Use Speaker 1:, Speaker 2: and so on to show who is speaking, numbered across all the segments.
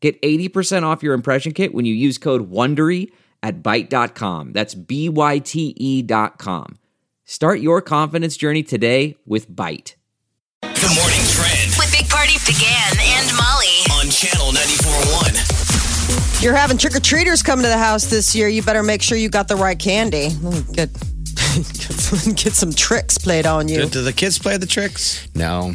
Speaker 1: Get 80% off your impression kit when you use code WONDERY at Byte.com. That's B-Y-T-E E dot com. Start your confidence journey today with Byte.
Speaker 2: The morning trend
Speaker 3: With Big Party began and Molly.
Speaker 2: on channel 94.1.
Speaker 4: You're having trick or treaters come to the house this year. You better make sure you got the right candy. Mm, Get get some tricks played on you.
Speaker 5: Do the kids play the tricks?
Speaker 6: No.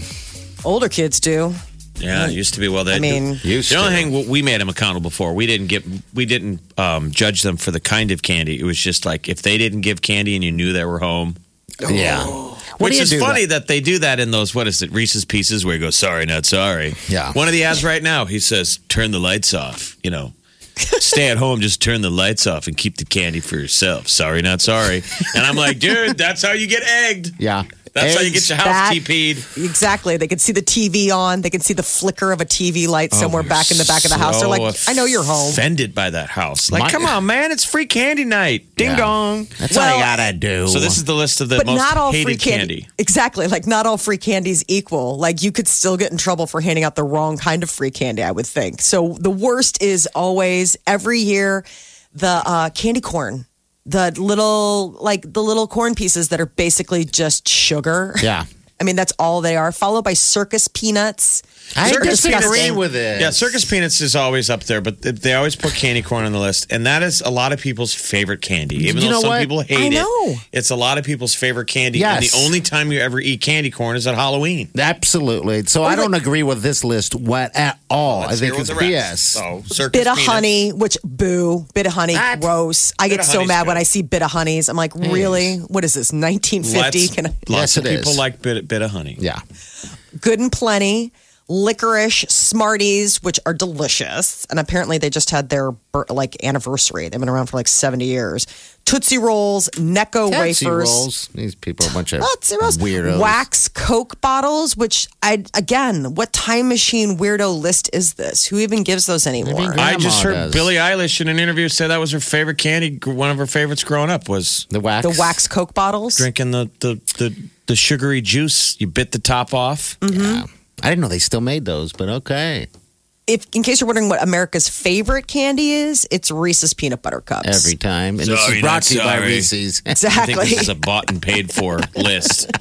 Speaker 4: Older kids do.
Speaker 5: Yeah, it used to be. Well, they.
Speaker 4: I mean-
Speaker 6: Used
Speaker 5: the
Speaker 6: to.
Speaker 5: only thing w- we made them accountable for, we didn't get, we didn't um, judge them for the kind of candy. It was just like if they didn't give candy and you knew they were home.
Speaker 6: Yeah. What
Speaker 5: Oh. Which
Speaker 6: do you
Speaker 5: is
Speaker 6: do
Speaker 5: funny that? they do that in those what is it Reese's Pieces where he goes sorry not sorry.
Speaker 6: Yeah.
Speaker 5: One of the ads right now he says turn the lights off. You know, stay at home, just turn the lights off and keep the candy for yourself. Sorry not sorry. And I'm like, dude, that's how you get egged.
Speaker 6: Yeah.
Speaker 5: That's how you get your house
Speaker 4: That-
Speaker 5: TP'd.
Speaker 4: Exactly. They can see the TV on. They can see the flicker of a TV light somewhere back in the back of the house. They're like,
Speaker 5: So
Speaker 4: I know you're home.
Speaker 5: Offended by that house. Like,
Speaker 6: My-
Speaker 5: come on, man, it's free candy night. Ding
Speaker 6: Yeah.
Speaker 5: dong.
Speaker 6: That's
Speaker 4: Well-
Speaker 6: all you gotta do.
Speaker 5: So this is the list of the
Speaker 4: But
Speaker 5: most
Speaker 4: not all
Speaker 5: hated
Speaker 4: free candy.
Speaker 5: candy.
Speaker 4: Exactly. Like not all free candies equal. Like you could still get in trouble for handing out the wrong kind of free candy, I would think. So the worst is always every year the uh, candy corn. The little like the little corn pieces that are basically just sugar.
Speaker 6: Yeah.
Speaker 4: I mean that's all they are, followed by circus peanuts.
Speaker 6: I
Speaker 4: They're
Speaker 6: disagree
Speaker 4: disgusting.
Speaker 6: with it.
Speaker 5: Yeah, circus peanuts is always up there, but th- they always put candy corn on the list, and that is a lot of people's favorite candy. Even
Speaker 6: You
Speaker 5: though
Speaker 6: know
Speaker 5: some
Speaker 6: what?
Speaker 5: people hate
Speaker 4: I know.
Speaker 5: it, it's a lot of people's favorite candy. And
Speaker 6: Yes.
Speaker 5: the only time you ever eat candy corn is at Halloween.
Speaker 6: Absolutely. So I don't agree with this list what at all. I
Speaker 5: Let's
Speaker 6: think
Speaker 5: hear
Speaker 6: it's
Speaker 5: what the
Speaker 6: BS.
Speaker 5: rest. Oh. So circus
Speaker 4: bit of
Speaker 5: peanuts.
Speaker 4: honey, which boo, bit of honey,
Speaker 6: What?
Speaker 4: gross. I
Speaker 5: Bit
Speaker 4: get
Speaker 5: of
Speaker 4: so
Speaker 5: honey's
Speaker 4: mad when
Speaker 5: good. Mm.
Speaker 4: I see bit of honeys. I'm like, really? What is this? 1950?
Speaker 5: Lots,
Speaker 4: Can I-
Speaker 5: lots
Speaker 6: Yes,
Speaker 5: of
Speaker 6: it
Speaker 5: people
Speaker 6: is.
Speaker 5: like bit bit of honey.
Speaker 6: Yeah.
Speaker 4: Good and plenty. Licorice, Smarties, which are delicious, and apparently they just had their bir- like anniversary. They've been around for like 70 years. Tootsie rolls, Necco
Speaker 6: Tootsie
Speaker 4: wafers.
Speaker 6: rolls. These people are a bunch of
Speaker 4: Tootsie rolls.
Speaker 6: weirdos.
Speaker 4: Wax Coke bottles, which I, again, what time machine weirdo list is this? Who even gives those anymore?
Speaker 5: I just heard
Speaker 6: Grandma does.
Speaker 5: Billie Eilish in an interview say that was her favorite candy. One of her favorites growing up was
Speaker 6: The wax.
Speaker 4: the wax Coke bottles?
Speaker 5: drinking the the the, the sugary juice. You bit the top off.
Speaker 6: Yeah.
Speaker 5: mm-hmm.
Speaker 6: I didn't know they still made those, but okay.
Speaker 4: if in case you're wondering what America's favorite candy is, it's Reese's peanut butter cups.
Speaker 6: Every time. And this
Speaker 5: Sorry,
Speaker 6: is brought
Speaker 5: not
Speaker 6: to you by
Speaker 5: sorry.
Speaker 6: Reese's.
Speaker 5: I think this is
Speaker 4: exactly.
Speaker 5: a bought and paid for list.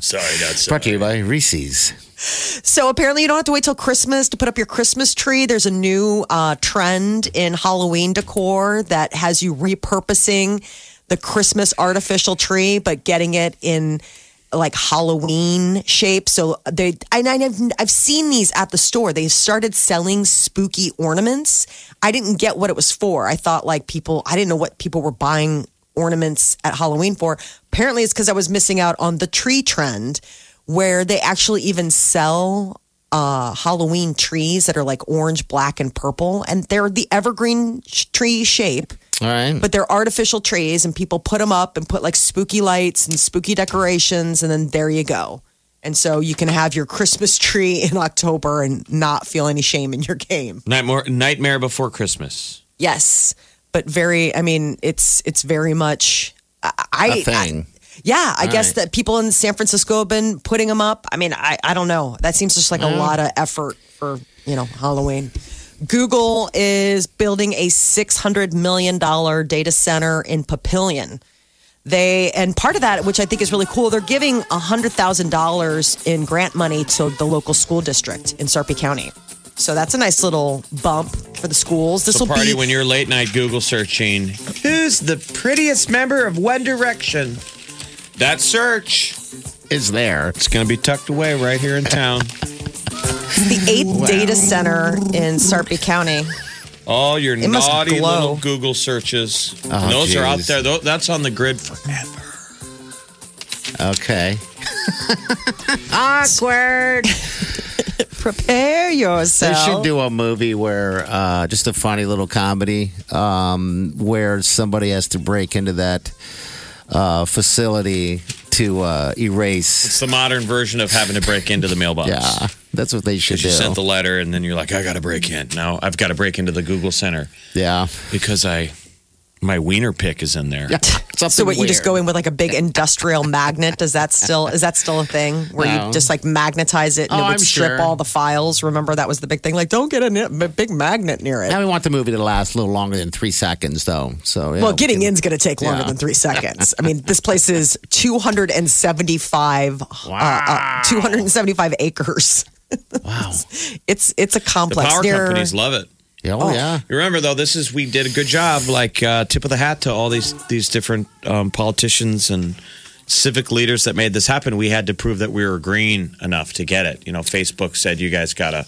Speaker 5: Sorry, not sorry.
Speaker 6: brought to you by Reese's.
Speaker 4: So apparently, you don't have to wait till Christmas to put up your Christmas tree. There's a new uh, trend in Halloween decor that has you repurposing the Christmas artificial tree, but getting it in like Halloween shape. So they, and I've I've seen these at the store. They started selling spooky ornaments. I didn't get what it was for. I thought like people, I didn't know what people were buying ornaments at Halloween for. Apparently, it's because I was missing out on the tree trend, where they actually even sell uh, Halloween trees that are like orange, black, and purple, and they're the evergreen sh- tree shape.
Speaker 6: All right.
Speaker 4: But they're artificial trees, and people put them up and put like spooky lights and spooky decorations, and then there you go. And so you can have your Christmas tree in October and not feel any shame in your game.
Speaker 5: Nightmare, Nightmare Before Christmas.
Speaker 4: Yes, but very. I mean, it's it's very much. I, I
Speaker 6: A thing.
Speaker 4: I- yeah, I
Speaker 6: All
Speaker 4: guess
Speaker 6: right.
Speaker 4: that people in San Francisco have been putting them up. I mean, I I don't know. That seems just like a lot of effort for you know Halloween. Google is building a six hundred million dollar data center in Papillion. They and part of that, which I think is really cool, they're giving hundred thousand dollars in grant money to the local school district in Sarpy County. So that's a nice little bump for the schools. This
Speaker 5: So
Speaker 4: will
Speaker 5: party
Speaker 4: be
Speaker 5: when you're late night Google searching. Who's the prettiest member of One Direction? That search.
Speaker 6: is there.
Speaker 5: It's going to be tucked away right here in town.
Speaker 4: the eighth data center in Sarpy County.
Speaker 5: All your
Speaker 4: It must
Speaker 5: naughty
Speaker 4: glow.
Speaker 5: little Google searches.
Speaker 6: Oh,
Speaker 5: Those are out
Speaker 6: geez.
Speaker 5: there. Tho- That's on the grid forever.
Speaker 6: Okay. Awkward.
Speaker 4: prepare
Speaker 6: They
Speaker 4: yourself.
Speaker 6: should do a movie where uh, just a funny little comedy um, where somebody has to break into that uh, facility to uh, erase.
Speaker 5: It's the modern version of having to break into the mailbox.
Speaker 6: Yeah, that's what they should
Speaker 5: Because you
Speaker 6: do.
Speaker 5: sent the letter and then you're like, I got to break in. Now I've got to break into the Google Center
Speaker 6: yeah,
Speaker 5: because I my wiener pick is in there.
Speaker 6: Something
Speaker 4: so what you just go
Speaker 6: weird.
Speaker 4: in with like a big industrial magnet? Does that still is that still a thing where
Speaker 6: No.
Speaker 4: you just like magnetize it and
Speaker 6: Oh,
Speaker 4: it would
Speaker 6: I'm
Speaker 4: strip
Speaker 6: sure.
Speaker 4: all the files? Remember that was the big thing. Like don't get a, ni- a big magnet near it.
Speaker 6: Now we want the movie to last a little longer than three seconds, though. So yeah,
Speaker 4: Well,
Speaker 6: we
Speaker 4: getting
Speaker 6: can-
Speaker 4: in's going to take longer
Speaker 6: Yeah.
Speaker 4: than three seconds. I mean, this place is 275, uh, uh, 275 acres.
Speaker 6: Wow.
Speaker 4: It's it's a
Speaker 5: The
Speaker 4: complex.
Speaker 5: power
Speaker 4: near-
Speaker 5: companies love it.
Speaker 6: Yeah, oh, yeah.
Speaker 5: You Remember though, this is we did a good job. Like uh, tip of the hat to all these these different um, politicians and civic leaders that made this happen. We had to prove that we were green enough to get it. You know, Facebook said you guys gotta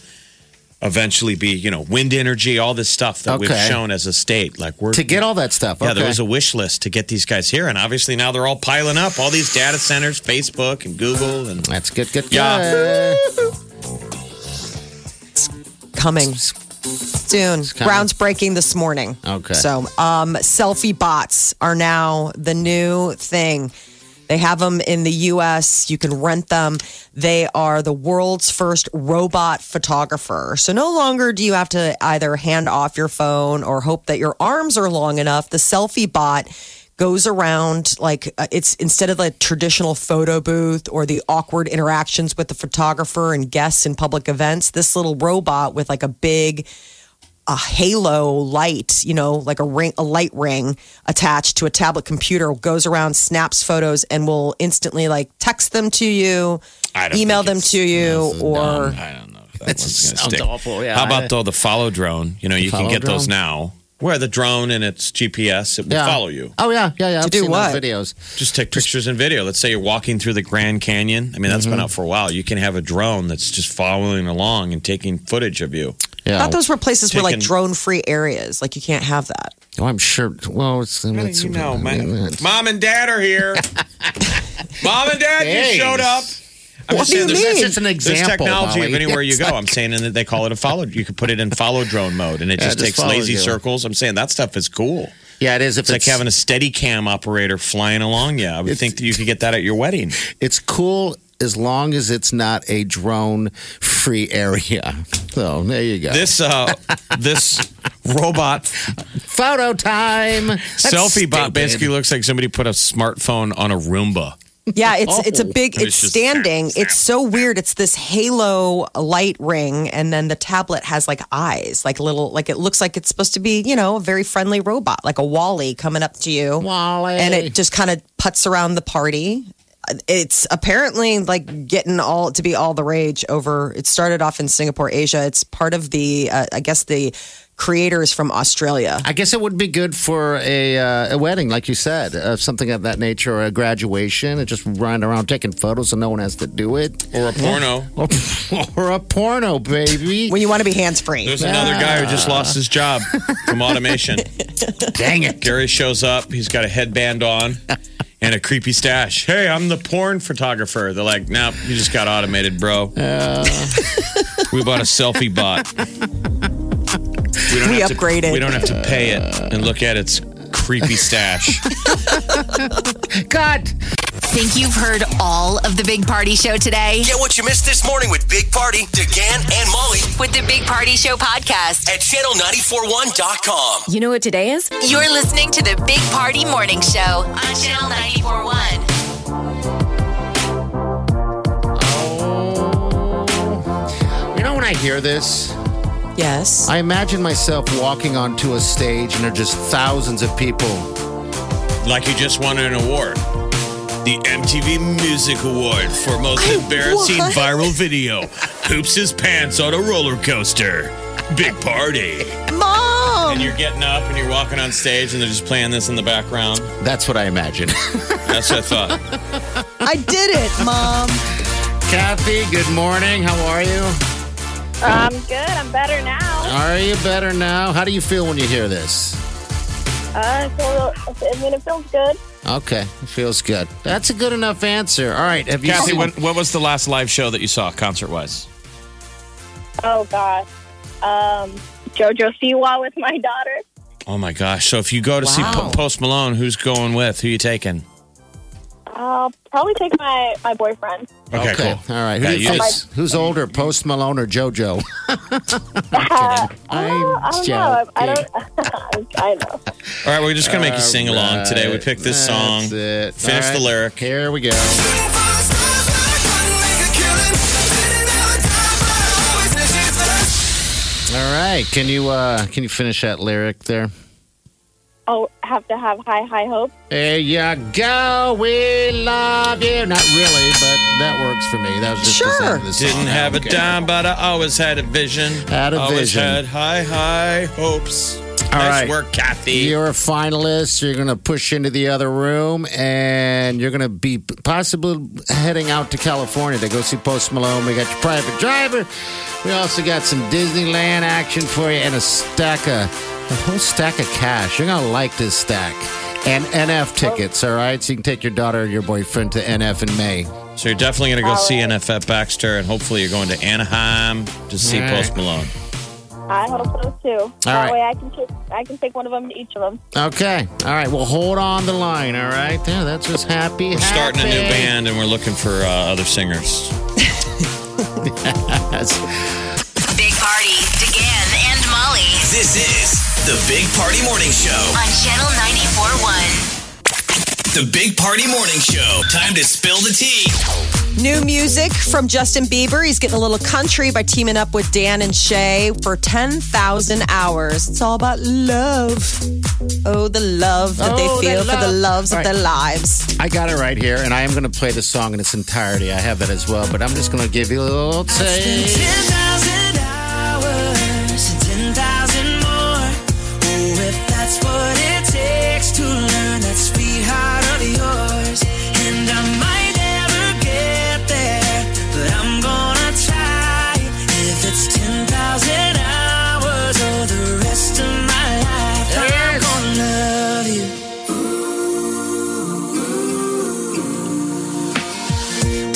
Speaker 5: eventually be you know wind energy, all this stuff that we've
Speaker 6: Okay.
Speaker 5: shown as a state. Like we're
Speaker 6: To get all that stuff.
Speaker 5: Yeah, there
Speaker 6: okay.
Speaker 5: was a wish list to get these guys here, and obviously now they're all piling up. All these data centers, Facebook and Google, and
Speaker 6: That's good, good, good.
Speaker 5: Yeah.
Speaker 4: coming soon.
Speaker 6: coming.
Speaker 4: Ground's breaking this morning.
Speaker 6: Okay.
Speaker 4: So, um, selfie bots are now the new thing. They have them in the U.S. You can rent them. They are the world's first robot photographer. So no longer do you have to either hand off your phone or hope that your arms are long enough. The selfie bot goes around like uh, it's instead of the traditional photo booth or the awkward interactions with the photographer and guests in public events. This little robot with like a big a halo light, you know, like a ring, a light ring attached to a tablet computer, goes around, snaps photos, and will instantly like text them to you,
Speaker 5: I don't
Speaker 4: email them
Speaker 5: think
Speaker 4: to you, or
Speaker 5: I don't know. if That one's gonna
Speaker 6: sounds
Speaker 5: stick.
Speaker 6: awful, yeah.
Speaker 5: How about though the follow drone? You know, you can
Speaker 6: follow
Speaker 5: get those
Speaker 6: drone?
Speaker 5: now. Wear the drone and it's GPS. It will
Speaker 6: Yeah.
Speaker 5: follow you.
Speaker 6: Oh, yeah, yeah, yeah. I've
Speaker 4: do
Speaker 6: seen those
Speaker 4: what?
Speaker 6: videos.
Speaker 5: Just take pictures and video. Let's say you're walking through the Grand Canyon. I mean, that's
Speaker 6: Mm-hmm.
Speaker 5: been out for a while. You can have a drone that's just following along and taking footage of you.
Speaker 6: Yeah.
Speaker 4: I thought those were places where like
Speaker 5: Taken-
Speaker 4: drone free areas. Like you can't have that.
Speaker 6: Oh, I'm sure. Well, it's, it's
Speaker 5: you know, man. Mom and Dad are here. Mom and Dad,
Speaker 6: Hey.
Speaker 5: you showed up. I'm
Speaker 4: What do you
Speaker 5: there's-
Speaker 4: mean?
Speaker 6: That's just an
Speaker 5: There's
Speaker 6: example.
Speaker 5: technology
Speaker 6: Molly.
Speaker 5: of anywhere you
Speaker 6: It's
Speaker 5: go.
Speaker 6: like-
Speaker 5: I'm saying that they call it a follow. You could put it in follow drone mode, and it
Speaker 6: Yeah,
Speaker 5: just
Speaker 6: it just
Speaker 5: takes
Speaker 6: follows
Speaker 5: lazy
Speaker 6: you.
Speaker 5: circles. I'm saying that stuff is cool.
Speaker 6: yeah, it is. If
Speaker 5: It's like having a steady cam operator flying along. Yeah, I would
Speaker 6: It's-
Speaker 5: think that you could get that at your wedding.
Speaker 6: it's cool as long as it's not a drone free area. So there you go.
Speaker 5: This uh, this robot
Speaker 6: photo time. That's
Speaker 5: selfie bot
Speaker 6: stupid.
Speaker 5: basically looks like somebody put a smartphone on a Roomba.
Speaker 4: Yeah, it's it's a big.
Speaker 5: And
Speaker 4: It's,
Speaker 5: Oh, it's just
Speaker 4: standing.
Speaker 5: snap, snap,
Speaker 4: it's so weird. It's this halo light ring, and then the tablet has like eyes, like little, like it looks like it's supposed to be, you know, a very friendly robot, like a Wally coming up to you,
Speaker 6: Wall-E.
Speaker 4: and it just kind of puts around the party. It's apparently like getting all to be all the rage over. It started off in Singapore, Asia. It's part of the, uh, I guess the creators from Australia.
Speaker 6: I guess it would be good for a, uh, a wedding, like you said, uh, something of that nature, or a graduation, and just running around taking photos and no one has to do it.
Speaker 5: Or a porno.
Speaker 6: Or, or a porno, baby.
Speaker 4: When you want to be hands free.
Speaker 5: There's another guy who just lost his job from automation.
Speaker 6: Dang it.
Speaker 5: Gary shows up. He's got a headband on and a creepy stash. Hey, I'm the porn photographer. They're like, nope, you just got automated, bro. we bought a selfie bot. We, don't
Speaker 4: We
Speaker 5: have to-
Speaker 4: upgraded.
Speaker 5: we don't have to pay it and look at its creepy stash.
Speaker 6: Cut.
Speaker 3: Think you've heard all of the Big Party Show today?
Speaker 2: Get what you missed this morning with Big Party, DeGan, and Molly
Speaker 3: With the Big Party Show podcast.
Speaker 2: at channel941.com.
Speaker 7: You know what today is?
Speaker 3: You're listening to the Big Party Morning Show on Channel 94.1.
Speaker 6: You know when I hear this?
Speaker 4: Yes.
Speaker 6: I imagine myself walking onto a stage and there are just thousands of people
Speaker 5: like you just won an award. The MTV Music Award for most embarrassing
Speaker 4: what?
Speaker 5: viral video. Poops his pants on a roller coaster. Big party.
Speaker 4: Mom.
Speaker 5: And you're getting up and you're walking on stage and they're just playing this in the background.
Speaker 6: That's what I imagine.
Speaker 5: That's what I thought.
Speaker 4: I did it, Mom.
Speaker 6: Kathy, good morning. How are you?
Speaker 8: I'm good. I'm better now.
Speaker 6: Are you better now? How do you feel when you hear this?
Speaker 8: Uh, it's a little, I mean, it feels good.
Speaker 6: Okay, it feels good. That's a good enough answer. All right, have you
Speaker 5: Kathy,
Speaker 6: seen
Speaker 5: when, what was the last live show that you saw concert wise?
Speaker 8: Oh gosh. Um, JoJo Siwa with my daughter.
Speaker 5: Oh my gosh! So if you go to see
Speaker 4: Wow.
Speaker 5: P- Post Malone, who's going with? Who you taking?
Speaker 8: I'll probably take my my boyfriend.
Speaker 5: Okay,
Speaker 6: All right. Who
Speaker 5: Yeah,
Speaker 6: do you
Speaker 5: you
Speaker 6: think-
Speaker 5: just-
Speaker 6: who's older, Post Malone or JoJo? I'm
Speaker 8: Uh, I don't know. I don't. I know.
Speaker 5: All right, we're just gonna make you sing along today. We picked this
Speaker 6: That's
Speaker 5: song.
Speaker 6: it.
Speaker 5: Finish
Speaker 6: All right.
Speaker 5: the lyric.
Speaker 6: Here we go. All right. Can you uh can you finish that lyric there?
Speaker 8: I'll have to have high high hopes.
Speaker 6: There you go. We love you. Not really, but that works for me. That was just the
Speaker 4: Sure.
Speaker 6: sound of the song.
Speaker 5: Didn't have a
Speaker 6: Okay.
Speaker 5: dime, but I always had a vision.
Speaker 6: Had a
Speaker 5: always
Speaker 6: vision.
Speaker 5: had high, high hopes. nice
Speaker 6: right.
Speaker 5: work, Kathy.
Speaker 6: You're a finalist. You're going to push into the other room, and you're going to be possibly heading out to California to go see Post Malone. We got your private driver. We also got some Disneyland action for you, and a stack of a whole stack of cash. You're going to like this stack. And NF tickets, all right? So you can take your daughter or your boyfriend to NF in May.
Speaker 5: So you're definitely going to go see NF at Baxter, and hopefully you're going to Anaheim to see
Speaker 6: All right.
Speaker 5: Post Malone.
Speaker 8: I hope so too. that
Speaker 6: right.
Speaker 8: way I can take I can take one of them to each of them.
Speaker 6: Okay. All right. Well, hold on the line, all right? Yeah, that's just happy.
Speaker 5: We're starting a new band, and we're looking for uh, other singers.
Speaker 3: Big Party, DeGan and Molly
Speaker 2: This is the Big Party Morning Show.
Speaker 3: on Channel 94.1.
Speaker 2: The Big Party Morning Show. Time to spill the tea.
Speaker 4: New music from Justin Bieber. He's getting a little country by teaming up with Dan and Shay for 10,000 hours. It's all about love. Oh, the love that
Speaker 6: Oh,
Speaker 4: they
Speaker 6: the
Speaker 4: feel for the
Speaker 6: love.
Speaker 4: loves
Speaker 6: All
Speaker 4: of their lives.
Speaker 6: I got it right here, and I am going to play the song in its entirety. I have that as well, but I'm just going to give you a little taste.
Speaker 3: oh,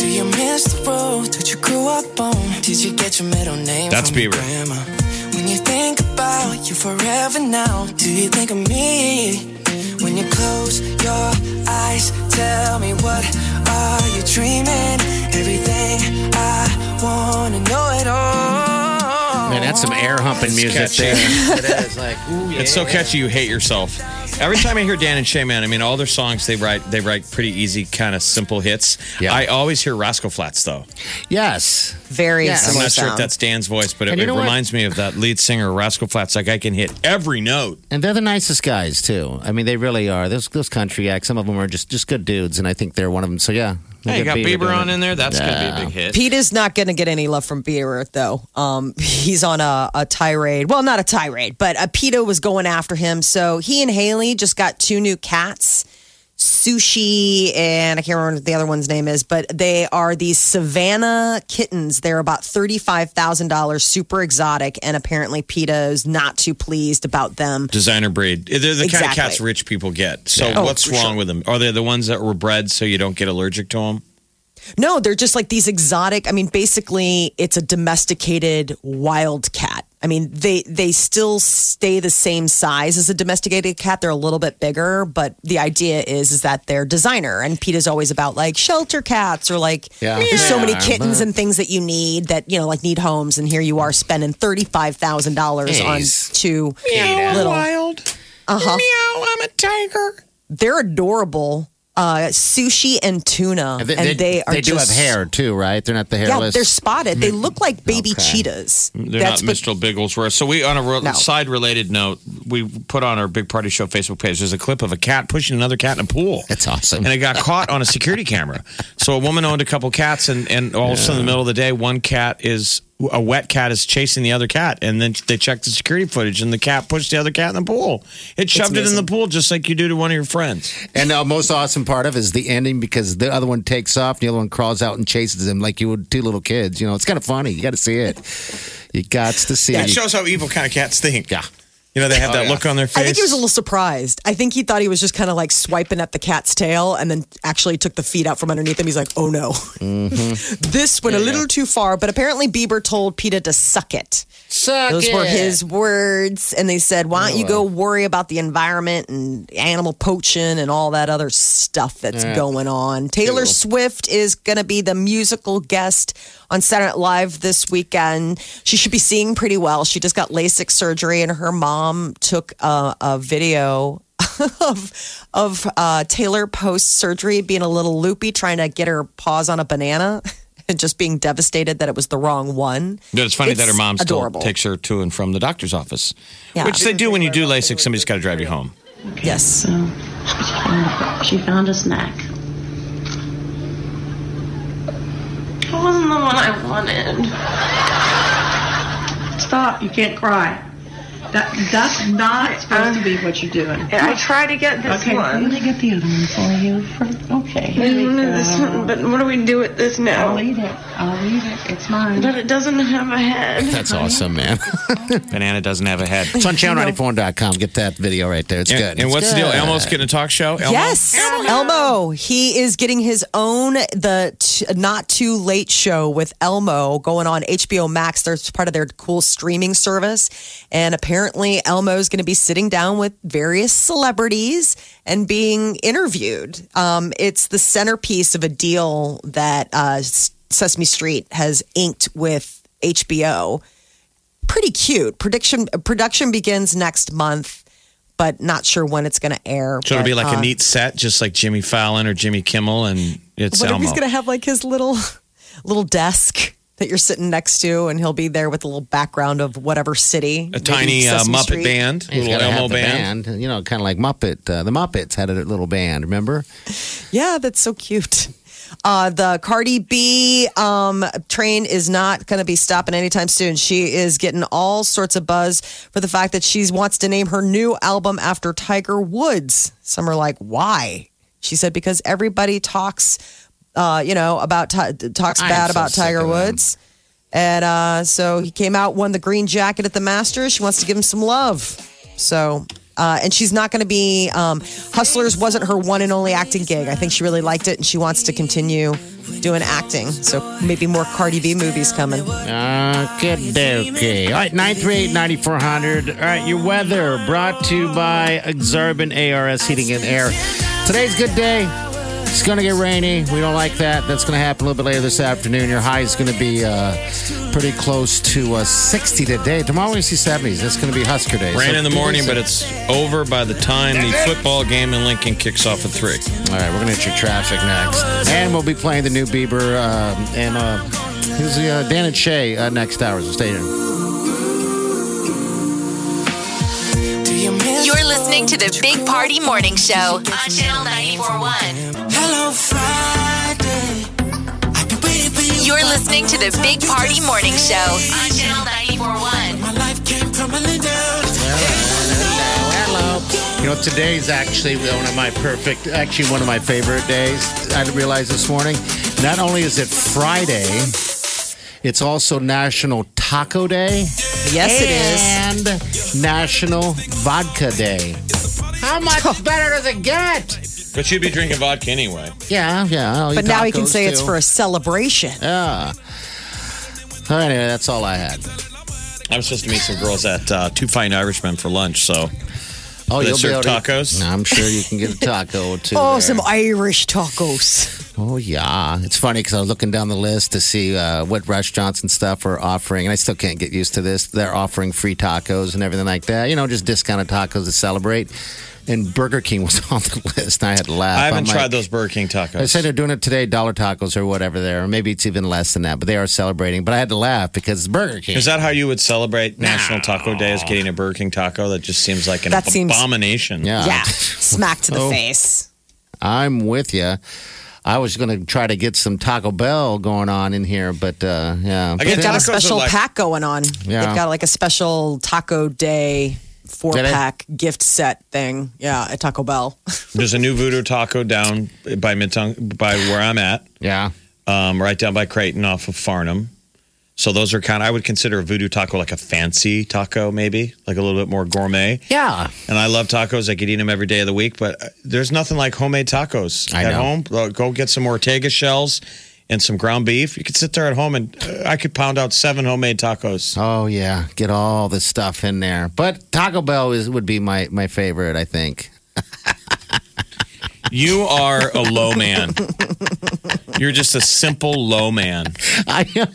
Speaker 7: Do you miss the road that you grew up on? Did you get your middle name?
Speaker 5: That's
Speaker 7: from your
Speaker 5: Bieber.
Speaker 7: grandma? When you think about you forever now, do you think of me? When you close your eyes, tell me what are you dreaming? Everything I wanna know it all.
Speaker 6: Man, that's some air humping music
Speaker 5: catchy.
Speaker 6: there. it is like, ooh, yeah.
Speaker 5: It's so catchy, you hate yourself. Every time I hear Dan and Shay, man, I mean, all their songs they write they write pretty easy, kind of simple hits.
Speaker 6: Yeah.
Speaker 5: I always hear Rascal Flats though.
Speaker 6: Yes.
Speaker 4: Very
Speaker 6: Yeah, I'm
Speaker 5: I'm
Speaker 4: similar
Speaker 5: not sure if
Speaker 4: sound.
Speaker 5: that's Dan's voice, but it,
Speaker 6: And you
Speaker 5: it
Speaker 6: know what?
Speaker 5: reminds me of that lead singer Rascal Flats. Like I can hit every note.
Speaker 6: And they're the nicest guys, too. I mean, they really are. Those, those country acts, some of them are just, just good dudes, and I think they're one of them. So, yeah.
Speaker 5: Hey, you got Bieber on
Speaker 6: doing it.
Speaker 5: in there. That's going to be a big hit.
Speaker 4: Pete is not going to get any love from Bieber, though. Um, he's on a, a tirade. Well, not a tirade, but uh, PETA was going after him. So he and Haley just got two new cats, Sushi, and I can't remember what the other one's name is, but they are these Savannah kittens. They're about $35,000, super exotic, and apparently PETA is not too pleased about them.
Speaker 5: Designer breed. They're the kind of
Speaker 4: Exactly.
Speaker 5: cats rich people get. So
Speaker 4: Oh,
Speaker 5: what's
Speaker 4: for
Speaker 5: wrong
Speaker 4: sure.
Speaker 5: with them? Are they the ones that were bred so you don't get allergic to them?
Speaker 4: No, they're just like these exotic. I mean, basically, it's a domesticated wild cat. I mean, they they still stay the same size as a domesticated cat. They're a little bit bigger, but the idea is is that they're designer. And Pete is always about like shelter cats or like
Speaker 6: Yeah.
Speaker 4: there's so many
Speaker 6: Yeah.
Speaker 4: kittens and things that you need that you know like need homes. And here you are spending thirty five thousand dollars on
Speaker 6: Jeez.
Speaker 4: two little
Speaker 5: Wild.
Speaker 4: uh-huh.
Speaker 5: Meow, I'm a tiger.
Speaker 4: They're adorable. Uh, sushi and tuna, and
Speaker 6: And they,
Speaker 4: they,
Speaker 6: they,
Speaker 4: are
Speaker 6: they do
Speaker 4: just
Speaker 6: have hair, too, right? They're not the hairless.
Speaker 4: Yeah, they're spotted. They look like baby
Speaker 6: Okay.
Speaker 4: cheetahs.
Speaker 5: They're not Mr. Bigglesworth. So we on a ro-
Speaker 4: No.
Speaker 5: side related note, we put on our big party show Facebook page. There's a clip of a cat pushing another cat in a pool.
Speaker 6: That's awesome.
Speaker 5: And it got caught on a security camera. So a woman owned a couple cats, and and all of a sudden in the middle of the day, one cat is a wet cat is chasing the other cat, and then they checked the security footage, and the cat pushed the other cat in the pool. It shoved it in the pool just like you do to one of your friends.
Speaker 6: And the most awesome part of it is the ending because the other one takes off and the other one crawls out and chases him like you would two little kids. You know, it's kind of funny. You got to see it. You got to see
Speaker 5: It
Speaker 6: it.
Speaker 5: shows how evil kind of cats think.
Speaker 6: Yeah.
Speaker 5: You know, they have
Speaker 1: Oh,
Speaker 5: that
Speaker 1: yeah.
Speaker 5: look on their face.
Speaker 4: I think he was a little surprised. I think he thought he was just kind of like swiping at the cat's tail and then actually took the feet out from underneath him. He's like, oh no.
Speaker 5: Mm-hmm.
Speaker 4: this went a little too far, but apparently Bieber told PETA to suck it.
Speaker 6: Suck
Speaker 4: Those
Speaker 6: it.
Speaker 4: were his words. And they said, why don't you go worry about the environment and animal poaching and all that other stuff that's going on? Taylor Swift is going to be the musical guest on Saturday Night Live this weekend. She should be seeing pretty well. She just got LASIK surgery, and her mom took a, a video. of of uh, Taylor post surgery being a little loopy, trying to get her paws on a banana, and just being devastated that it was the wrong one.
Speaker 5: But it's funny that her
Speaker 4: It's
Speaker 5: mom still
Speaker 4: adorable.
Speaker 5: takes her to and from the doctor's office,
Speaker 4: Yeah.
Speaker 5: which they do when you do LASIK. Somebody's got to drive you home.
Speaker 4: Yes.
Speaker 9: So she found, she found a snack. It wasn't the one I wanted. Stop! You can't cry. That that's not supposed to be what you're doing.
Speaker 8: I try to get this
Speaker 9: Okay, I'm
Speaker 8: one. Mm,
Speaker 9: gonna get the other one for you. For, okay, here we go.
Speaker 8: This one, but what do we do with this
Speaker 9: I'll
Speaker 8: now?
Speaker 9: eat it. I'll eat it. It's mine.
Speaker 8: But it doesn't have a head.
Speaker 6: That's awesome, man.
Speaker 5: Banana doesn't have a head.
Speaker 6: it's on channel94.com. Get that video right there. It's
Speaker 5: And,
Speaker 6: good.
Speaker 5: and
Speaker 6: It's
Speaker 5: what's the deal?
Speaker 6: good.
Speaker 5: Elmo's getting a talk show. Elmo?
Speaker 4: Yes, Elmo. He is getting his own the t- not too late show with Elmo going on HBO Max. That's part of their cool streaming service, and apparently Elmo's going to be sitting down with various celebrities and being interviewed. Um, it's the centerpiece of a deal that uh, S- Sesame Street has inked with HBO pretty cute. Prediction production begins next month, but not sure when it's going to air.
Speaker 5: So it'll be
Speaker 4: But,
Speaker 5: like
Speaker 4: uh,
Speaker 5: a neat set, just like Jimmy Fallon or Jimmy Kimmel, and it's
Speaker 4: What if
Speaker 5: Elmo.
Speaker 4: he's going to have like his little little desk that you're sitting next to, and he'll be there with a little background of whatever city.
Speaker 5: a tiny uh, Muppet
Speaker 4: band.
Speaker 5: band,
Speaker 6: He's
Speaker 5: little
Speaker 6: gotta have
Speaker 5: Elmo
Speaker 6: the
Speaker 5: band.
Speaker 6: band. You know, kind of like Muppet. Uh, the Muppets had a little band, remember?
Speaker 4: Yeah, that's so cute. Uh, the Cardi B um, train is not going to be stopping anytime soon. She is getting all sorts of buzz for the fact that she wants to name her new album after Tiger Woods. Some are like, why? She said, because everybody talks, uh, you know, about Ti- talks
Speaker 6: I am
Speaker 4: bad
Speaker 6: so
Speaker 4: about
Speaker 6: sick
Speaker 4: Tiger
Speaker 6: of them.
Speaker 4: Woods. And uh, so he came out, won the green jacket at the Masters. She wants to give him some love. So, uh, and she's not going to be, um, Hustlers wasn't her one and only acting gig. I think she really liked it and she wants to continue doing acting. So maybe more Cardi B movies coming.
Speaker 6: Okay, dokie. All right, 938 9400. All right, your weather brought to you by Exurban ARS Heating and Air. Today's a good day. It's going to get rainy. We don't like that. That's going to happen a little bit later this afternoon. Your high is going to be uh, pretty close to uh, 60 today. Tomorrow we see 70s. That's going to be Husker Day.
Speaker 5: Rain in the morning, but
Speaker 6: it's.
Speaker 5: it's over by the time the football game in Lincoln kicks off at three.
Speaker 6: All right, we're gonna hit your traffic next, and we'll be playing the new Bieber um, and uh, here's the, uh, Dan and Shay uh, next hour. So stay tuned.
Speaker 7: Do you miss
Speaker 3: You're listening to the Big Party Morning Show on Channel 941.
Speaker 7: Hello Friday? I've been waiting for you.
Speaker 3: You're listening to the Big Party Morning Show on Channel 941.
Speaker 7: My life came crumbling down.
Speaker 6: You know, today's actually one of my perfect, actually one of my favorite days. I realized this morning. Not only is it Friday, it's also National Taco Day
Speaker 4: Yes, it is.
Speaker 6: and National Vodka Day. How much better does it get?
Speaker 5: But you'd be drinking vodka anyway.
Speaker 6: Yeah, yeah. I'll eat
Speaker 4: But now he can
Speaker 6: tacos,
Speaker 4: say it's
Speaker 6: too.
Speaker 4: for a celebration.
Speaker 6: Yeah. All right, Oh, anyway, that's all I had.
Speaker 5: I was supposed to meet some girls at uh, Two Fine Irishmen for lunch, so
Speaker 6: Oh,
Speaker 5: They
Speaker 6: you'll
Speaker 5: serve
Speaker 6: be able to-
Speaker 5: tacos?
Speaker 6: I'm sure you can get a taco too.
Speaker 4: Oh,
Speaker 6: there.
Speaker 4: some Irish tacos.
Speaker 6: Oh yeah, it's funny because I was looking down the list to see uh, what restaurants and stuff are offering, and I still can't get used to this. They're offering free tacos and everything like that. You know, just discounted tacos to celebrate. And Burger King was on the list. And I had to laugh.
Speaker 5: I haven't
Speaker 6: I'm like-
Speaker 5: tried those Burger King
Speaker 6: They
Speaker 5: tacos.
Speaker 6: say they're doing it today, dollar tacos or whatever there, or maybe it's even less than that. But they are celebrating. But I had to laugh because it's Burger King.
Speaker 5: Is that how you would celebrate National Taco Day? Is getting a Burger King taco? That just seems like an
Speaker 4: That seems-
Speaker 5: abomination.
Speaker 6: yeah, Oh.
Speaker 4: Yeah, smack to the face.
Speaker 6: I'm with you. I was going to try to get some Taco Bell going on in here, but uh, yeah,
Speaker 5: I get
Speaker 4: Got a
Speaker 5: tacos are
Speaker 4: special
Speaker 5: like-
Speaker 4: pack going on.
Speaker 6: Yeah.
Speaker 4: They've got like a special taco day four
Speaker 6: Did it?
Speaker 4: pack gift set thing. Yeah, at Taco Bell.
Speaker 5: There's a new Voodoo Taco down by Midtown, by where I'm at,
Speaker 6: yeah.
Speaker 5: um, right down by Creighton off of Farnham. So those are kind. Of, I would consider a voodoo taco like a fancy taco, maybe like a little bit more gourmet.
Speaker 6: Yeah.
Speaker 5: And I love tacos. I could eat them every day of the week, but uh, there's nothing like homemade tacos
Speaker 6: I
Speaker 5: at
Speaker 6: know.
Speaker 5: home. Uh, Go get some Ortega shells and some ground beef. You could sit there at home and uh, I could pound out seven homemade tacos.
Speaker 6: Oh yeah, get all the stuff in there. But Taco Bell is would be my my favorite. I think.
Speaker 5: You are a low man. You're just a simple low man.
Speaker 6: I
Speaker 5: Taco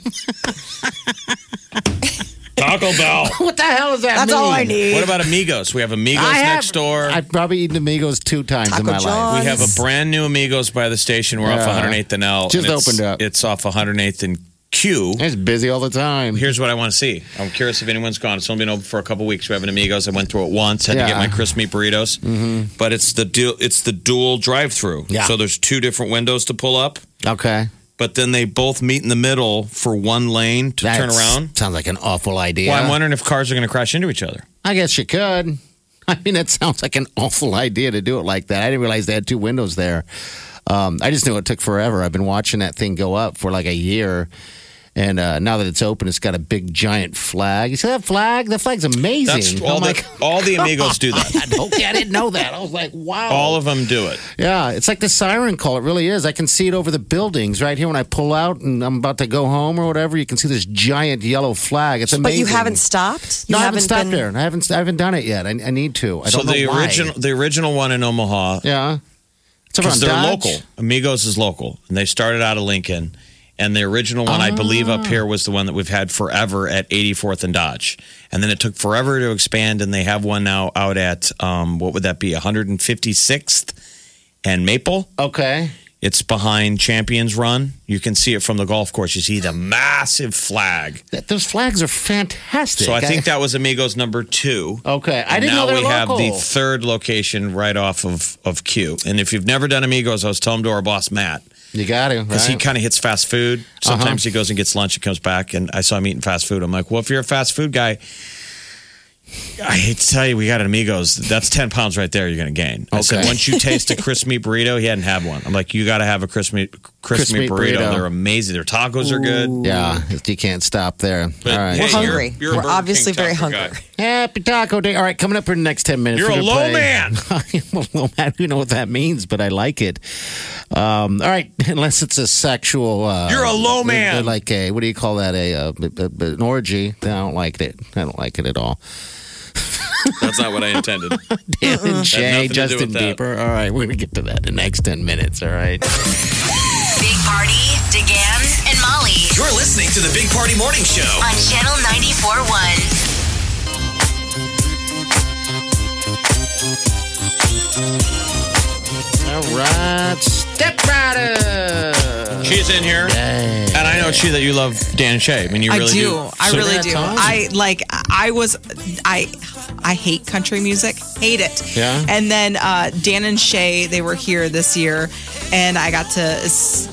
Speaker 5: Bell.
Speaker 6: what the hell is that?
Speaker 4: That's all I
Speaker 6: mean?
Speaker 4: need.
Speaker 5: What about Amigos? We have Amigos
Speaker 6: I have-
Speaker 5: next door.
Speaker 6: I've probably eaten Amigos two times in
Speaker 4: Taco
Speaker 6: my life.
Speaker 4: John.
Speaker 5: we have a brand new Amigos by the station. We're off
Speaker 6: Yeah.
Speaker 5: 108th and L.
Speaker 6: Just
Speaker 5: and it's-
Speaker 6: opened up.
Speaker 5: It's off 108th and Q.
Speaker 6: It's busy all the time.
Speaker 5: Here's what I want to see. I'm curious if anyone's gone. It's only been open for a couple weeks. We have an Amigos. I went through it once. Had to get
Speaker 6: Yeah.
Speaker 5: my crisp meat burritos. Mm-hmm. But it's the du- it's the dual drive through.
Speaker 6: Yeah.
Speaker 5: So there's two different windows to pull up,
Speaker 6: Okay,
Speaker 5: but then they both meet in the middle for one lane to turn
Speaker 6: That's-
Speaker 5: around.
Speaker 6: Sounds like an awful idea.
Speaker 5: Well, I'm wondering if cars are going to crash into each other.
Speaker 6: I guess you could. I mean, that sounds like an awful idea to do it like that. I didn't realize they had two windows there. Um, I just knew it took forever. I've been watching that thing go up for like a year. And uh, now that it's open, it's got a big giant flag. You see that flag? That flag's amazing.
Speaker 5: That's all
Speaker 6: I'm
Speaker 5: the
Speaker 6: like,
Speaker 5: all the Amigos do that.
Speaker 6: okay, I didn't know that. I was like, wow.
Speaker 5: All of them do it.
Speaker 6: yeah, it's like the siren call. It really is. I can see it over the buildings right here when I pull out and I'm about to go home or whatever. You can see this giant yellow flag. It's amazing.
Speaker 4: But you haven't stopped. You
Speaker 6: No, I haven't stopped
Speaker 4: been-
Speaker 6: there. I haven't. I haven't done it yet. I, I need to. I
Speaker 5: So
Speaker 6: don't know
Speaker 5: the
Speaker 6: why.
Speaker 5: original the original one in Omaha
Speaker 6: Yeah. It's
Speaker 5: because they're
Speaker 6: Dodge.
Speaker 5: local. Amigos is local, and they started out of Lincoln. And the original one, I
Speaker 6: Ah.
Speaker 5: believe, up here was the one that we've had forever at 84th and Dodge. And then it took forever to expand, and they have one now out at um, what would that be, 156th and Maple.
Speaker 6: Okay.
Speaker 5: It's behind Champions Run. You can see it from the golf course. You see the massive flag.
Speaker 6: Th- those flags are fantastic.
Speaker 5: So I think that was Amigos number two.
Speaker 6: Okay. I didn't
Speaker 5: now
Speaker 6: know they're
Speaker 5: we
Speaker 6: local.
Speaker 5: have the third location right off of, of Q. And if you've never done Amigos, I was telling to our boss Matt
Speaker 6: you got it.
Speaker 5: because he
Speaker 6: right? Uh-huh.
Speaker 5: kind of hits fast food. Sometimes he goes and gets lunch and comes back. And I saw him eating fast food. I'm like, well, if you're a fast food guy, I hate to tell you, we got an Amigos. That's 10 pounds right there you're going to gain. I said,
Speaker 6: Okay.
Speaker 5: once you taste a crisp meat burrito, he hadn't had one. I'm like, you got to have a crisp meat, crisp
Speaker 6: Crisp
Speaker 5: meat
Speaker 6: meat
Speaker 5: burrito.
Speaker 6: burrito.
Speaker 5: They're amazing. Their tacos are good.
Speaker 6: yeah, you can't stop there.
Speaker 5: But,
Speaker 6: All right.
Speaker 5: hey,
Speaker 4: We're
Speaker 5: you're-
Speaker 4: hungry.
Speaker 5: you're
Speaker 4: We're
Speaker 5: a Burger King
Speaker 4: obviously very
Speaker 5: taco
Speaker 4: hungry.
Speaker 5: guy.
Speaker 6: Happy Taco Day. All right, coming up in the next 10 minutes.
Speaker 5: You're a
Speaker 6: we're gonna
Speaker 5: low
Speaker 6: play-
Speaker 5: man.
Speaker 6: I'm a low man. You know what that means, but I like it. Um, all right, unless it's a sexual. Uh,
Speaker 5: You're a low
Speaker 6: they're
Speaker 5: man.
Speaker 6: Like a, what do you call that? A, uh, b- b- b- an orgy. I don't like it. I don't like it at all.
Speaker 5: That's not what I intended.
Speaker 6: Dan and
Speaker 5: nothing to
Speaker 6: Jay,
Speaker 5: do
Speaker 6: Justin
Speaker 5: with that.
Speaker 6: Bieber. All right, we're going to get to that in the next 10 minutes. All right.
Speaker 3: Big Party, DeGan and Molly
Speaker 2: You're listening to the Big Party Morning Show.
Speaker 3: on Channel 94.1.
Speaker 6: All right. Step right up.
Speaker 5: She's in here. And I know she that you love Dan Shay. I mean, you really
Speaker 10: I do. I
Speaker 5: So-
Speaker 10: really do.
Speaker 6: time.
Speaker 10: I like. I was. I I hate country music. Hate it.
Speaker 6: Yeah.
Speaker 10: And then uh, Dan and Shay, they were here this year, and I got to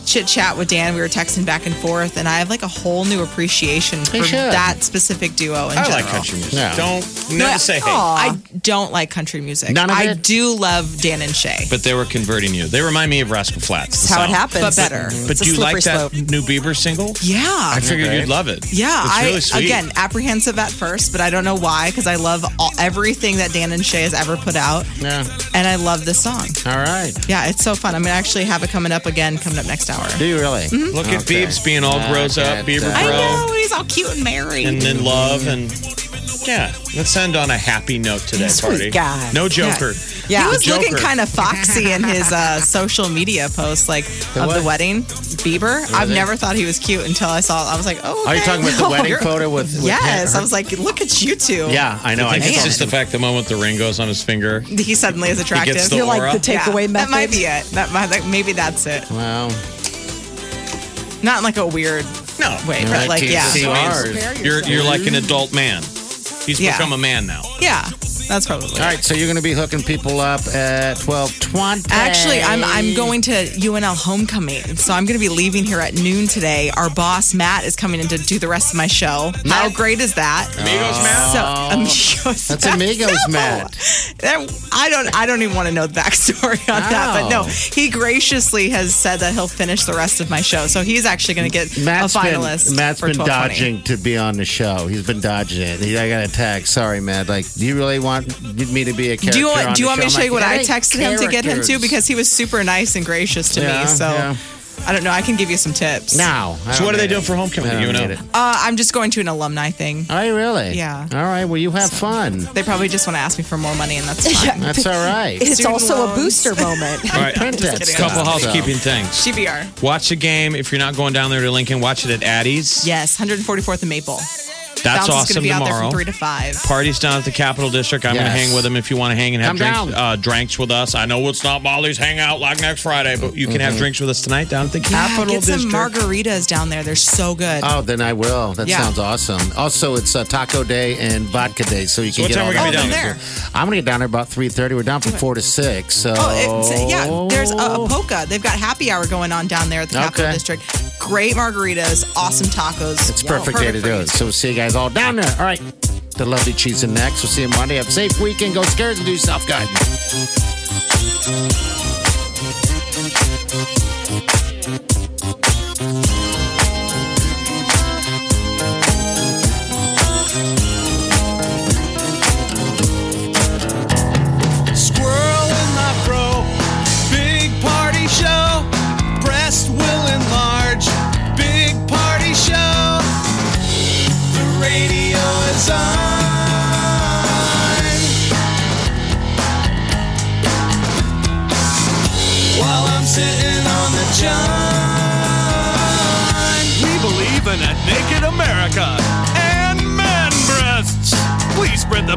Speaker 10: chit chat with Dan. We were texting back and forth, and I have like a whole new appreciation for
Speaker 6: You should.
Speaker 10: that specific duo. In
Speaker 5: I
Speaker 10: general.
Speaker 5: like country music.
Speaker 6: Yeah.
Speaker 5: Don't never
Speaker 10: But-
Speaker 5: say hey.
Speaker 10: I don't like country music.
Speaker 6: None of
Speaker 10: I
Speaker 6: it?
Speaker 10: do love Dan and Shay.
Speaker 5: But they were converting you. They remind me of Rascal
Speaker 4: That's
Speaker 5: Flats. the
Speaker 4: how it
Speaker 5: song.
Speaker 4: happens.
Speaker 10: But better.
Speaker 5: But
Speaker 4: It's a
Speaker 5: do you like
Speaker 4: slippery
Speaker 5: that
Speaker 4: slope.
Speaker 5: new Bieber single?
Speaker 10: yeah.
Speaker 5: I figured you'd love it.
Speaker 10: Yeah,
Speaker 5: it's
Speaker 10: I
Speaker 5: really sweet.
Speaker 10: again apprehensive at first, but I don't know why because I love all, everything that Dan and Shay has ever put out,
Speaker 6: Yeah.
Speaker 10: and I love this song.
Speaker 6: All right.
Speaker 10: Yeah, it's so fun. I'm gonna actually have it coming up again, coming up next hour.
Speaker 6: Do you really?
Speaker 10: Mm-hmm.
Speaker 5: look at
Speaker 6: Okay.
Speaker 5: Biebs being all grows up,
Speaker 6: at
Speaker 5: Bieber
Speaker 10: I
Speaker 5: bro,
Speaker 10: know he's all cute and married.
Speaker 5: and in love, and yeah. Let's end on a happy note today, party.
Speaker 4: Sweet guy.
Speaker 5: No joker.
Speaker 10: he
Speaker 4: Yeah.
Speaker 10: was
Speaker 5: Joker.
Speaker 10: looking kind of foxy in his uh, social media posts, like of
Speaker 6: what?
Speaker 10: the wedding. Bieber. I've never thought he was cute until I saw. I was like, oh.
Speaker 6: Are you
Speaker 10: okay.
Speaker 6: talking about the
Speaker 10: No,
Speaker 6: wedding
Speaker 10: you're-
Speaker 6: photo with, with
Speaker 10: Yes, I
Speaker 6: him?
Speaker 10: was like, look at you two.
Speaker 6: Yeah, I know.
Speaker 5: I think it's
Speaker 10: Man.
Speaker 5: just the fact the moment the ring goes on his finger.
Speaker 10: he suddenly is attractive.
Speaker 5: the
Speaker 4: You're
Speaker 5: Aura.
Speaker 4: like the takeaway
Speaker 10: That
Speaker 4: method.
Speaker 10: might be it. That might that, maybe that's it.
Speaker 6: Wow.
Speaker 10: Not in like a weird
Speaker 5: No.
Speaker 10: way,
Speaker 6: Right,
Speaker 10: but like
Speaker 6: to
Speaker 10: yeah,
Speaker 6: see
Speaker 5: I mean,
Speaker 6: ours.
Speaker 5: You're you're like an adult man. He's
Speaker 10: Yeah.
Speaker 5: become a man now.
Speaker 10: yeah. That's probably.
Speaker 6: All right, so you're going to be hooking people up at 1220.
Speaker 10: Actually, I'm I'm going to UNL homecoming, so I'm going to be leaving here at noon today. Our boss Matt is coming in to do the rest of my show. How great is that? Amigos Matt. So amigos.
Speaker 6: Oh. That's
Speaker 10: Matt.
Speaker 6: Amigos
Speaker 10: No.
Speaker 6: Matt.
Speaker 10: That- I don't I don't even want to know the backstory on that. But no,
Speaker 6: Wow.
Speaker 10: he graciously has said that he'll finish the rest of my show. So he's actually going to get
Speaker 6: Matt's
Speaker 10: a finalist.
Speaker 6: been, Matt's
Speaker 10: for
Speaker 6: been
Speaker 10: 1220.
Speaker 6: dodging to be on the show. He's been dodging it. He- I got a text. Sorry, Matt. Like, do you really want me to be a character
Speaker 10: Do you want
Speaker 6: on
Speaker 10: Do you
Speaker 6: the
Speaker 10: want me to
Speaker 6: show?
Speaker 10: show
Speaker 6: I'm
Speaker 10: you what
Speaker 6: like,
Speaker 10: I
Speaker 6: "Hey,
Speaker 10: texted him to get him to?
Speaker 6: characters."
Speaker 10: Because he was super nice and gracious to
Speaker 6: Yeah,
Speaker 10: me. So
Speaker 6: yeah.
Speaker 10: I don't know. I can give you some tips.
Speaker 6: now. I
Speaker 5: So what
Speaker 6: don't
Speaker 5: are they
Speaker 6: need
Speaker 5: doing
Speaker 6: it.
Speaker 5: for homecoming?
Speaker 6: I don't
Speaker 5: You know?
Speaker 6: need it.
Speaker 10: Uh, I'm just going to an alumni thing.
Speaker 6: Oh, really?
Speaker 10: Yeah.
Speaker 6: All right. Well, you have fun.
Speaker 10: They probably just want to ask me for more money, and that's fine.
Speaker 6: That's all right.
Speaker 4: It's
Speaker 10: Student
Speaker 4: also a
Speaker 10: loans.
Speaker 4: booster moment.
Speaker 5: All right,
Speaker 6: Print that
Speaker 10: kidding.
Speaker 6: stuff.
Speaker 5: couple housekeeping things.
Speaker 10: GBR.
Speaker 5: Watch the game. If you're not going down there to Lincoln, watch it at Addie's.
Speaker 10: Yes, 144th and Maple.
Speaker 5: That's
Speaker 10: Bounce is
Speaker 5: awesome
Speaker 10: going to be out there
Speaker 5: tomorrow.
Speaker 10: from three to five.
Speaker 5: Parties down at the Capitol District. I'm going to
Speaker 6: Yes.
Speaker 5: hang with them if you want to hang and have
Speaker 6: Come
Speaker 5: drinks,
Speaker 6: down.
Speaker 5: uh, drinks with us. I know it's not Molly's hangout like next Friday, but you can
Speaker 11: Mm-hmm.
Speaker 5: have drinks with us tonight down at the
Speaker 10: Yeah,
Speaker 5: Capitol
Speaker 10: get some
Speaker 5: District.
Speaker 10: margaritas down there. They're so good.
Speaker 6: Oh, then I will. That
Speaker 10: Yeah.
Speaker 6: sounds awesome. Also, it's uh, Taco Day and Vodka Day, so you can
Speaker 5: what
Speaker 6: get
Speaker 5: time
Speaker 6: all
Speaker 5: we gonna
Speaker 6: that
Speaker 5: be down
Speaker 10: Oh,
Speaker 6: stuff. I'm gonna get down there about three thirty. We're down from four to six. So
Speaker 10: Oh, it's, yeah. There's a, a polka. They've got happy hour going on down there at the Capitol
Speaker 6: Okay.
Speaker 10: District. Great margaritas, awesome tacos.
Speaker 6: It's a perfect day to
Speaker 10: for
Speaker 6: do
Speaker 10: you.
Speaker 6: it. So we'll see you guys all down there. All right. The lovely cheese and next. We'll see you Monday. Have a safe weekend. Go scared and do self guidance.
Speaker 7: Squirrel in my fro. Big party show. Breast will enlarge. Big party show. The radio is on. While I'm sitting on the john.
Speaker 11: We believe in a naked America and man breasts. Please spread the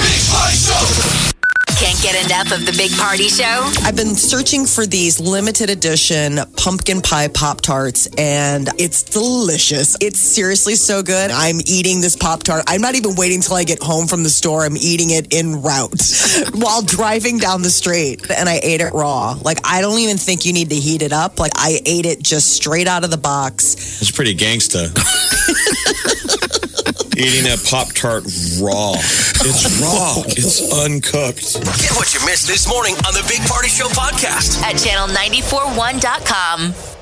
Speaker 7: Big party show.
Speaker 3: Can't get enough of the Big Party Show?
Speaker 4: I've been searching for these limited edition pumpkin pie Pop Tarts, and it's delicious. It's seriously so good. I'm eating this Pop Tart. I'm not even waiting till I get home from the store. I'm eating it en route while driving down the street, and I ate it raw. Like, I don't even think you need to heat it up. Like, I ate it just straight out of the box.
Speaker 5: It's pretty gangsta. Eating a Pop Tart raw. It's raw. It's uncooked.
Speaker 2: Get what you missed this morning on the Big Party Show podcast.
Speaker 3: At channel941.com.